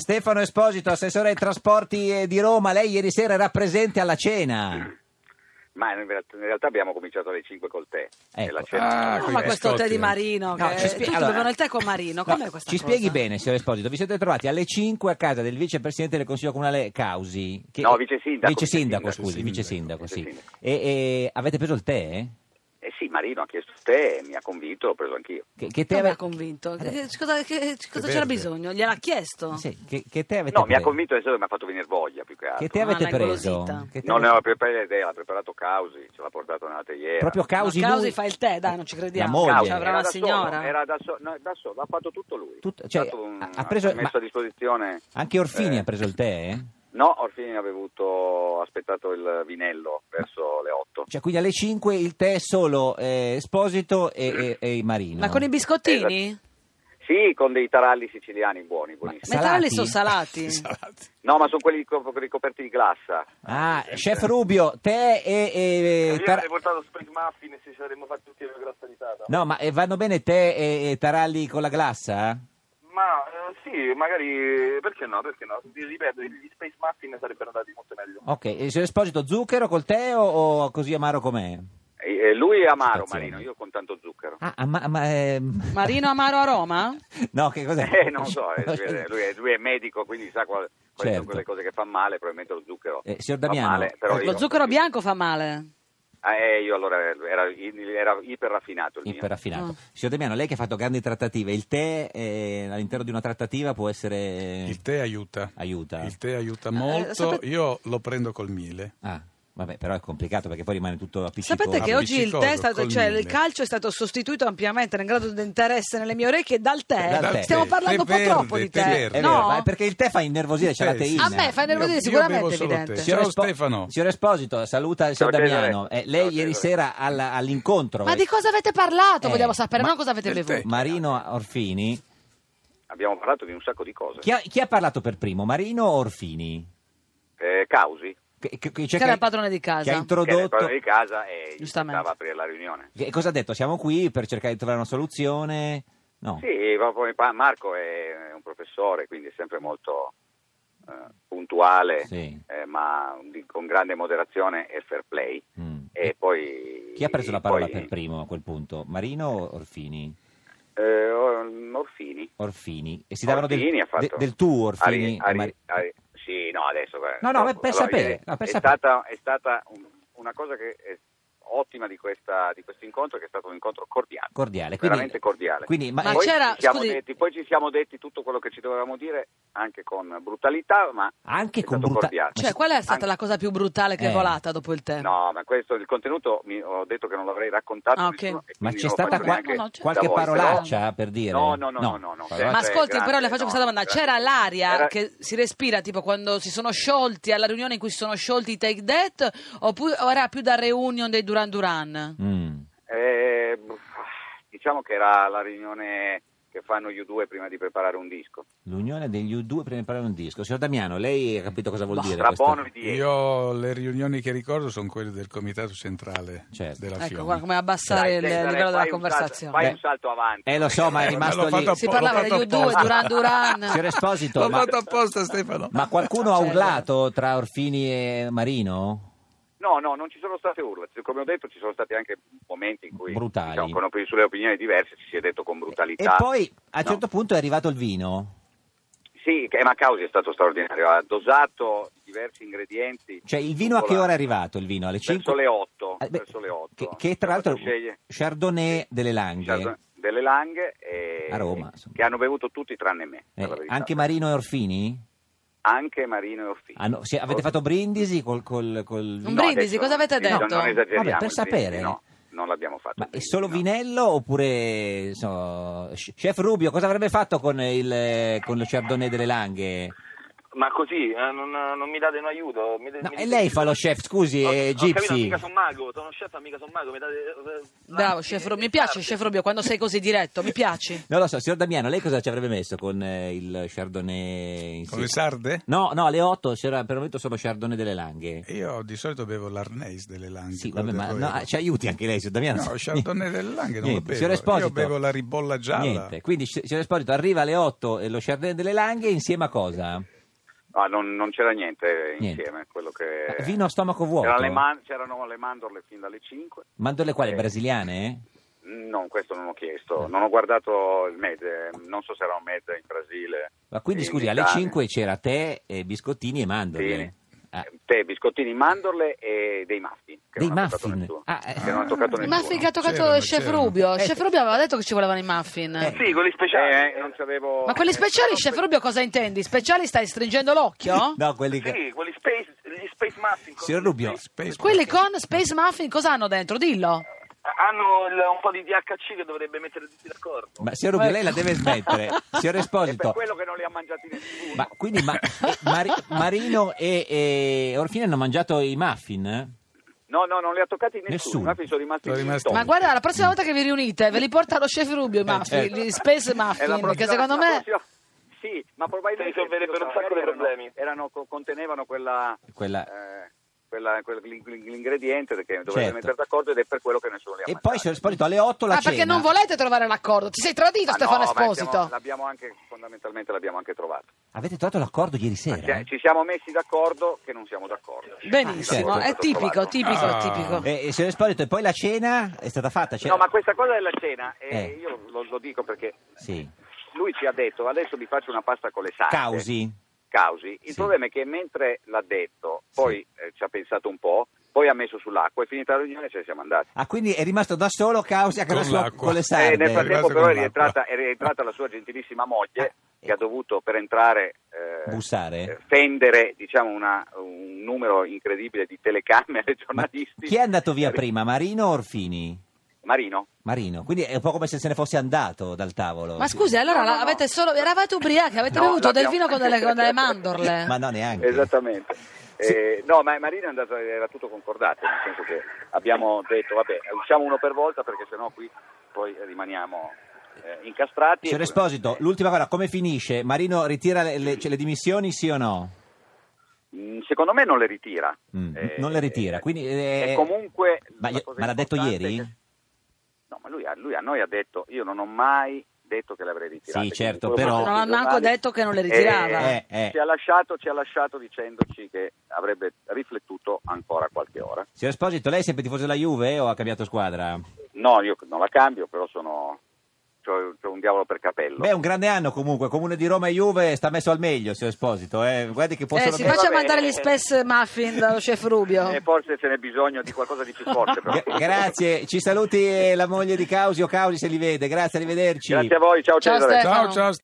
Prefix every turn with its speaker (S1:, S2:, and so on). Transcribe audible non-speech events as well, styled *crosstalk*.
S1: Stefano Esposito, assessore ai trasporti eh, di Roma, lei ieri sera era presente alla cena.
S2: Ma in realtà, in realtà abbiamo cominciato alle 5 col tè.
S1: Ecco.
S2: E la cena-
S3: Ah,
S4: No,
S3: quindi
S4: ma questo
S3: ascolti.
S4: tè di Marino,
S1: No,
S4: che
S1: ci spie-
S4: tutti
S1: allora-
S4: bevono il tè con Marino,
S1: No,
S4: com'è questa
S1: Ci
S4: cosa?
S1: spieghi bene, signor Esposito, vi siete trovati alle 5 a casa del vicepresidente del Consiglio Comunale Causi. che-
S2: No, vice sindaco,
S1: Vice sindaco,
S2: vice sindaco,
S1: scusi, vice
S3: vice
S1: sindaco,
S2: sindaco,
S1: sì.
S2: vice sindaco.
S1: E, e avete preso il tè?
S2: Eh sì, Marino ha chiesto il tè, mi ha convinto, l'ho preso anch'io.
S1: Che, che
S4: Non
S1: tè
S4: mi
S1: ave-
S4: ha convinto.
S1: Vabbè.
S4: Che- che cosa, che- che cosa
S3: È
S4: c'era
S3: verde.
S4: bisogno? Gliel'ha chiesto?
S1: Sì, che, che tè avete
S2: No, mi ha
S1: preso?
S2: convinto adesso che mi ha fatto venire voglia più che altro.
S1: Che tè
S4: Ah,
S1: avete
S4: l'ha
S1: preso?
S4: ingolosita.
S1: Che tè
S2: Non ne
S1: avete-
S2: ho preparata idea, l'ha preparato Causi, ce l'ha portato nella teiera.
S1: Proprio
S4: No,
S1: Causi,
S4: Causi
S1: lui-
S4: fa il tè, dai, non ci crediamo.
S1: La moglie.
S4: Cioè,
S1: Causi,
S4: avrà una
S2: da
S4: signora.
S2: Solo, era da solo, no, da solo, ha fatto tutto lui.
S1: Tutto- cioè,
S2: Ha fatto un-
S1: ha- ha preso-
S2: messo
S1: ma-
S2: a disposizione...
S1: Anche Orfini
S2: eh,
S1: ha preso il tè?
S2: No, Orfini ha bevuto, ha aspettato il vinello verso le 8.
S1: Cioè, quindi alle 5 il tè solo eh, Esposito e, e, e Marino.
S4: Ma con i biscottini?
S2: Sì, con dei taralli siciliani buoni,
S4: Ma
S2: buonissimi.
S4: i taralli sono salati.
S3: Salati.
S2: No, ma sono quelli co- ricoperti di glassa.
S1: Ah, chef Rubio, tè e... e-
S5: Io
S1: tar-
S5: avrei portato spring muffin e ci saremmo fatti tutti la grassa tata.
S1: No, ma eh, vanno bene tè e, e taralli con la glassa?
S5: Ma eh, sì, magari perché no? Perché no? Vi ripeto, gli space muffin sarebbero andati molto meglio.
S1: Ok, e se Esposito zucchero col tè o, o così amaro com'è?
S2: E- e lui è amaro,
S1: Situazione.
S2: Marino, io con tanto zucchero.
S1: Ah, ma... ma ehm, *laughs*
S4: Marino Amaro a Roma?
S1: No, che cos'è?
S2: *laughs* Eh, non so,
S1: *laughs*
S2: eh, lui, è, lui è- lui è medico, quindi sa qual- quali
S1: Certo.
S2: sono quelle cose che fa male, probabilmente lo zucchero.
S1: Eh, signor
S2: fa
S1: Damiano,
S2: male, però
S1: eh,
S2: io-
S4: Lo zucchero bianco fa male.
S2: Eh, io allora era, era iperraffinato il mio.
S1: Iperraffinato.
S4: Ah.
S1: Signor Damiano, lei che ha fatto grandi trattative, il tè eh, all'interno di una trattativa può essere...
S6: Il tè aiuta.
S1: Aiuta.
S6: Il tè aiuta
S4: Ma, eh,
S6: molto.
S4: sapete-
S6: Io lo prendo col miele.
S1: Ah, vabbè, però è complicato perché poi rimane tutto appiccicoso.
S4: Sapete che
S6: Ah,
S4: oggi il tè è stato,
S6: appiccicoso,
S4: cioè
S6: col
S4: il
S6: mille.
S4: calcio è stato sostituito ampiamente nel grado di interesse nelle mie orecchie dal tè.
S1: Dal tè.
S4: Stiamo parlando un po'
S6: Tè verde,
S4: troppo di
S6: tè
S4: tè.
S6: verde.
S1: È
S4: No?
S1: vero, ma è perché il tè fa innervosire, c'è
S6: Il
S1: la
S6: tè,
S1: teina.
S6: sì.
S4: A me fa
S6: Io-
S4: nervosire
S6: io
S4: sicuramente,
S6: bevo solo
S4: evidente.
S6: tè.
S1: Signor
S6: Ciao
S1: Espo-
S6: Stefano.
S1: Signor Esposito, saluta il signor
S2: Ciao, Cesare.
S1: Damiano. Eh, lei
S2: Ciao,
S1: ieri
S2: Cesare.
S1: sera alla- all'incontro...
S4: Ma di cosa avete parlato?
S1: Eh,
S4: Vogliamo sapere,
S1: ma-
S4: non cosa avete
S6: del tè.
S4: bevuto.
S1: Marino Orfini.
S2: Abbiamo parlato di un sacco di cose.
S1: Chi ha, chi ha parlato per primo, Marino o Orfini?
S2: Eh, Causi,
S1: Che, che-
S4: Che
S1: cioè
S4: era
S1: che-
S4: il padrone di casa.
S1: Che ha
S2: che era il
S1: introdotto...
S2: padrone di casa e
S4: Giustamente.
S2: stava a aprire la riunione.
S1: Che- cosa ha detto? Siamo qui per cercare di trovare una soluzione? No.
S2: Sì, ma poi pa- Marco è un professore, quindi è sempre molto eh, puntuale,
S1: Sì.
S2: eh, ma di- con grande moderazione e fair play.
S1: Mm.
S2: E poi,
S1: Chi ha preso la parola
S2: Eh, poi,
S1: per primo a quel punto? Marino o Orfini?
S2: eh, Or- Orfini.
S1: Orfini. E si davano del,
S2: Orfini ha fatto-
S1: de- del tu, Orfini.
S2: Ari- Ari-
S1: e Mari-
S2: Ari- sì, no, adesso. eh,
S1: No, no, beh, per sapere,
S2: ieri
S1: no, per
S2: è,
S1: sapere.
S2: Stata, è stata un- una cosa che è ottima di, questa, di questo incontro, che è stato un incontro cordiale.
S1: Cordiale. Quindi,
S2: Veramente cordiale.
S1: Quindi, ma,
S4: Ma
S2: poi,
S4: c'era-
S2: ci siamo
S4: scusi-
S2: detti, poi ci siamo detti tutto quello che ci dovevamo dire, anche con brutalità, ma
S1: Anche
S2: è
S1: con
S2: stato
S1: brutalità.
S2: cordiale.
S4: Cioè, qual è stata
S2: Anche-
S4: la cosa più brutale che
S1: Eh.
S4: è volata dopo il tè?
S2: No, ma questo il contenuto mi, ho detto che non l'avrei raccontato.
S4: Ah, ok.
S2: nessuno, e
S1: Ma
S2: quindi
S1: c'è
S2: non lo
S1: stata
S2: faccio
S1: qua-
S2: neanche
S4: no, no, certo.
S2: da
S1: qualche
S2: voi, però-
S1: parolaccia per dire?
S2: No, no,
S1: No.
S2: no, no, no, no,
S1: Ma
S2: certo,
S4: Ma
S2: è
S4: ascolti,
S2: grande,
S4: però le faccio questa
S2: no,
S4: domanda.
S2: grazie.
S4: C'era l'aria
S2: Era-
S4: che si respira tipo quando si sono sciolti alla riunione in cui si sono sciolti i Take That oppu- o era più da reunion dei Duran Duran?
S1: Mm.
S2: Eh, buff, diciamo che era la riunione che fanno gli U2 prima di preparare un disco.
S1: L'unione degli U2 prima di parlare un disco. Signor Damiano, lei ha capito cosa vuol dire?
S2: Tra
S1: questo?
S2: Bono e Diego.
S6: Io le riunioni che ricordo sono quelle del comitato centrale
S1: Certo.
S6: della
S4: Ecco,
S6: Fiori.
S4: guarda come abbassare
S2: Dai,
S4: il
S2: Cesare,
S4: livello
S2: fai
S4: della
S2: un salto-
S4: conversazione.
S2: Fai
S1: Beh.
S2: un salto avanti.
S1: Eh, lo so, ma è rimasto
S6: l'ho
S1: lì.
S6: fatto
S4: Si
S6: L'ho
S4: parlava
S6: fatto
S4: degli U2,
S6: apposta.
S4: Duran
S1: Signor
S4: Duran.
S1: Esposito,
S6: L'ho
S1: ma,
S6: fatto apposta Stefano.
S1: ma qualcuno ha
S2: eh.
S4: Cioè,
S1: urlato tra Orfini e Marino?
S2: No, no, non ci sono state urla. Come ho detto, ci sono stati anche momenti in cui
S1: Brutali.
S2: diciamo, con op- sulle opinioni diverse ci si è detto con brutalità.
S1: E poi a un
S2: No.
S1: certo punto è arrivato il vino.
S2: Sì, che- ma Causi è stato straordinario. Ha dosato diversi ingredienti.
S1: Cioè, il vino a che
S2: Con la-
S1: ora è arrivato? Il vino alle 5?
S2: Verso le 8.
S1: Eh, beh,
S2: verso le 8.
S1: Che, che tra l'altro
S2: sceglie
S1: Chardonnay delle Langhe.
S2: Chardonnay delle Langhe e-
S1: A Roma, insomma.
S2: che hanno bevuto tutti tranne me.
S1: Eh,
S2: per la verità.
S1: anche Marino e Orfini?
S2: Anche Marino e Orfini.
S1: Hanno- si- avete fatto brindisi col, col, col
S4: Un
S1: vino?
S2: No,
S4: brindisi,
S2: adesso
S4: cosa avete
S2: non-
S4: detto?
S2: Non esageriamo.
S1: Vabbè, per
S2: il brindisi,
S1: sapere.
S2: No, non l'abbiamo fatto.
S1: Ma è
S2: il
S1: solo
S2: brindisi, no.
S1: vinello oppure eh, so, Chef Rubio cosa avrebbe fatto con il, con il Chardonnay delle Langhe?
S5: Ma così, eh, non, non mi date un aiuto. Mi,
S1: No,
S5: mi-
S1: e lei fa lo chef, scusi,
S5: Ho-
S1: eh,
S5: ho capito,
S1: Gypsy.
S5: mica sono mago, sono chef, ma mica sono mago. Mi date, eh,
S4: Bravo, chef Robio. Mi
S5: Ah,
S4: piace, chef Robio, quando sei così diretto, mi piaci.
S1: Non lo so, signor Damiano, lei cosa ci avrebbe messo con eh, il Chardonnay? in
S6: Con
S1: sé?
S6: le sarde?
S1: No, no, alle 8 c'era per il momento solo Chardonnay delle Langhe.
S6: Io di solito bevo l'Arneis delle Langhe.
S1: Sì,
S6: quello
S1: vabbè, ma
S6: del
S1: no, ah,
S6: Roero.
S1: ci aiuti anche lei, signor Damiano.
S6: No,
S1: *laughs*
S6: Chardonnay delle Langhe non lo
S1: Niente,
S6: bevo.
S1: signor Esposito.
S6: Io bevo la ribolla gialla.
S1: Niente, quindi si- signor Esposito arriva alle 8 e lo Chardonnay delle Langhe insieme a cosa?
S2: No, Ah, non, non c'era niente,
S1: Niente.
S2: insieme. Quello che...
S1: Eh, Vino a stomaco vuoto.
S2: C'erano le, man- c'erano le mandorle fin dalle 5.
S1: Mandorle quali?
S2: Eh.
S1: Brasiliane?
S2: No, questo non ho
S1: Eh.
S2: chiesto. Non ho guardato il MED, eh, non so se era un MED in Brasile.
S1: Ma quindi
S2: in
S1: scusi, alle
S2: Italia.
S1: 5 c'era tè, eh, biscottini e mandorle.
S2: Sì. Eh.
S1: Ah,
S2: Tè, biscottini, mandorle e dei muffin. Che
S1: dei
S2: non ha toccato
S1: muffin.
S2: nessuno.
S1: Ah, eh.
S2: Che non ha toccato
S4: I
S2: nessuno.
S4: muffin che ha toccato
S6: C'erano,
S4: chef
S6: c'erano.
S4: Rubio.
S1: Eh.
S4: Chef Rubio aveva detto che ci volevano i muffin.
S1: Eh.
S5: Sì, quelli speciali.
S2: Eh, eh, non c'avevo...
S4: Ma quelli
S2: eh,
S4: speciali,
S2: però-
S4: chef Rubio, cosa intendi? Speciali stai stringendo l'occhio?
S1: No, quelli che...
S5: Sì, quelli space, gli space muffin. con-
S1: Signor Rubio,
S6: Space-
S4: Quelli con Space Muffin cosa hanno dentro? Dillo.
S5: Hanno il- un po' di DHC che dovrebbe mettere tutti d'accordo.
S1: ma signor Rubio, lei la deve smettere. Signor
S2: Eh. *laughs* È per
S1: Esposito,
S2: quello che non li ha mangiati nessuno.
S1: ma quindi
S2: *laughs*
S1: ma- eh, Mari- Marino e, e Orfini hanno mangiato i muffin? eh?
S2: No, no, non li ha toccati nessuno.
S1: Nessuno.
S2: I muffin sono rimasti
S6: Sono
S2: in
S6: rimasti-
S2: stomaco.
S4: Ma guarda, la prossima volta che vi riunite, ve li porta lo chef Rubio i muffin,
S1: certo.
S4: gli Space
S2: Eh, È la
S4: Muffin, che
S2: prossima-
S4: secondo
S2: la
S4: me... Ah,
S2: prossima- Sì, ma probabilmente...
S5: Si risolverebbero un sacco di
S2: erano-
S5: problemi.
S2: erano- co- contenevano quella...
S1: Quella...
S2: eh, quella- quel- l'ingrediente che dovrebbe
S1: Certo.
S2: mettere d'accordo ed è per quello che nessuno li ha
S1: E
S2: mangiati.
S1: poi, signor Esposito, alle 8 la
S4: ah,
S1: cena.
S4: perché non volete trovare l'accordo? Ti sei tradito,
S2: Ah,
S4: Stefano
S2: no, ma
S4: Esposito.
S2: siamo- l'abbiamo anche, fondamentalmente l'abbiamo anche trovato.
S1: Avete trovato l'accordo ieri sera?
S2: Cioè, ci siamo messi d'accordo che non siamo d'accordo.
S4: Benissimo,
S1: Ah,
S2: D'accordo,
S4: è
S2: tutto
S4: tipico,
S2: trovato.
S4: tipico,
S6: Ah.
S4: tipico.
S1: Eh, eh, signor Esposito, e poi la cena è stata fatta? Cioè, C'era-
S2: No, ma questa cosa della cena, eh,
S1: Eh.
S2: io lo, lo dico perché
S1: Sì.
S2: lui ci ha detto adesso vi faccio una pasta con le salse.
S1: Causi?
S2: Causi. Il
S1: Sì.
S2: problema è che mentre l'ha detto, poi eh, ci ha pensato un po', poi ha messo sull'acqua, è finita la riunione e ce ne siamo andati.
S1: Ah, quindi è rimasto da solo Causi a casa
S6: Con
S1: sua
S6: l'acqua.
S1: con le
S2: Eh,
S1: sarde?
S2: nel frattempo
S6: È rimasto
S2: però
S6: con
S2: è rientrata,
S6: l'acqua.
S2: è rientrata la sua gentilissima moglie
S1: Eh,
S2: che ha dovuto per entrare eh,
S1: Bussare?
S2: eh, fendere diciamo, una- un numero incredibile di telecamere *laughs*
S1: Ma
S2: giornalisti.
S1: chi è andato via prima, Marino o Orfini?
S2: Marino.
S1: Marino, quindi è un po' come se se ne fosse andato dal tavolo.
S4: Ma scusi, allora
S2: No, no,
S4: la-
S2: no.
S4: avete solo... eravate ubriachi, avete
S2: No,
S4: bevuto del
S2: l'abbiamo-
S4: vino con delle,
S2: *laughs*
S4: con delle mandorle.
S1: Ma no, neanche.
S2: Esattamente. Eh, no, ma Marino è andato, era tutto concordato, nel senso che abbiamo detto, vabbè, usciamo uno per volta perché sennò qui poi rimaniamo eh, incastrati.
S1: Signor
S2: Eh.
S1: Esposito, l'ultima cosa, come finisce? Marino ritira le, le- cioè, le dimissioni, sì o no?
S2: Mm, Secondo me non le ritira.
S1: Mm,
S2: Eh,
S1: non le ritira, quindi... eh,
S2: e comunque...
S1: Ma,
S2: la cosa
S1: ma l'ha detto
S2: importante è
S1: ieri?
S2: che- No, ma lui, ha- lui a noi ha detto, io non ho mai detto che l'avrei ritirata.
S1: Sì, certo,
S2: Quindi quello
S1: però-
S2: che
S4: Non ha
S2: dice
S4: manco
S2: Giovanni-
S4: detto che non le ritirava.
S1: Eh, eh.
S2: Ci, ha lasciato, ci ha lasciato dicendoci che avrebbe riflettuto ancora qualche ora.
S1: Signor Esposito, lei è sempre tifoso della Juve o ha cambiato squadra?
S2: No, io non la cambio, però sono... C'ho, c'ho un diavolo per capello.
S1: Beh, è un grande anno comunque, Comune di Roma e Juve sta messo al meglio, signor Esposito. Eh. Guardi che
S4: Eh,
S1: possono...
S4: si
S2: bene.
S4: faccia
S2: Va bene.
S4: mandare gli Space Muffin dallo chef Rubio.
S2: E forse ce n'è bisogno di qualcosa di più forte. però.
S1: Gra- grazie, ci saluti eh, la moglie di Causi o Causi se li vede, grazie, arrivederci.
S2: Grazie a voi, ciao,
S4: Ciao,
S2: Cesare.
S4: Stefano.
S6: Ciao, ciao,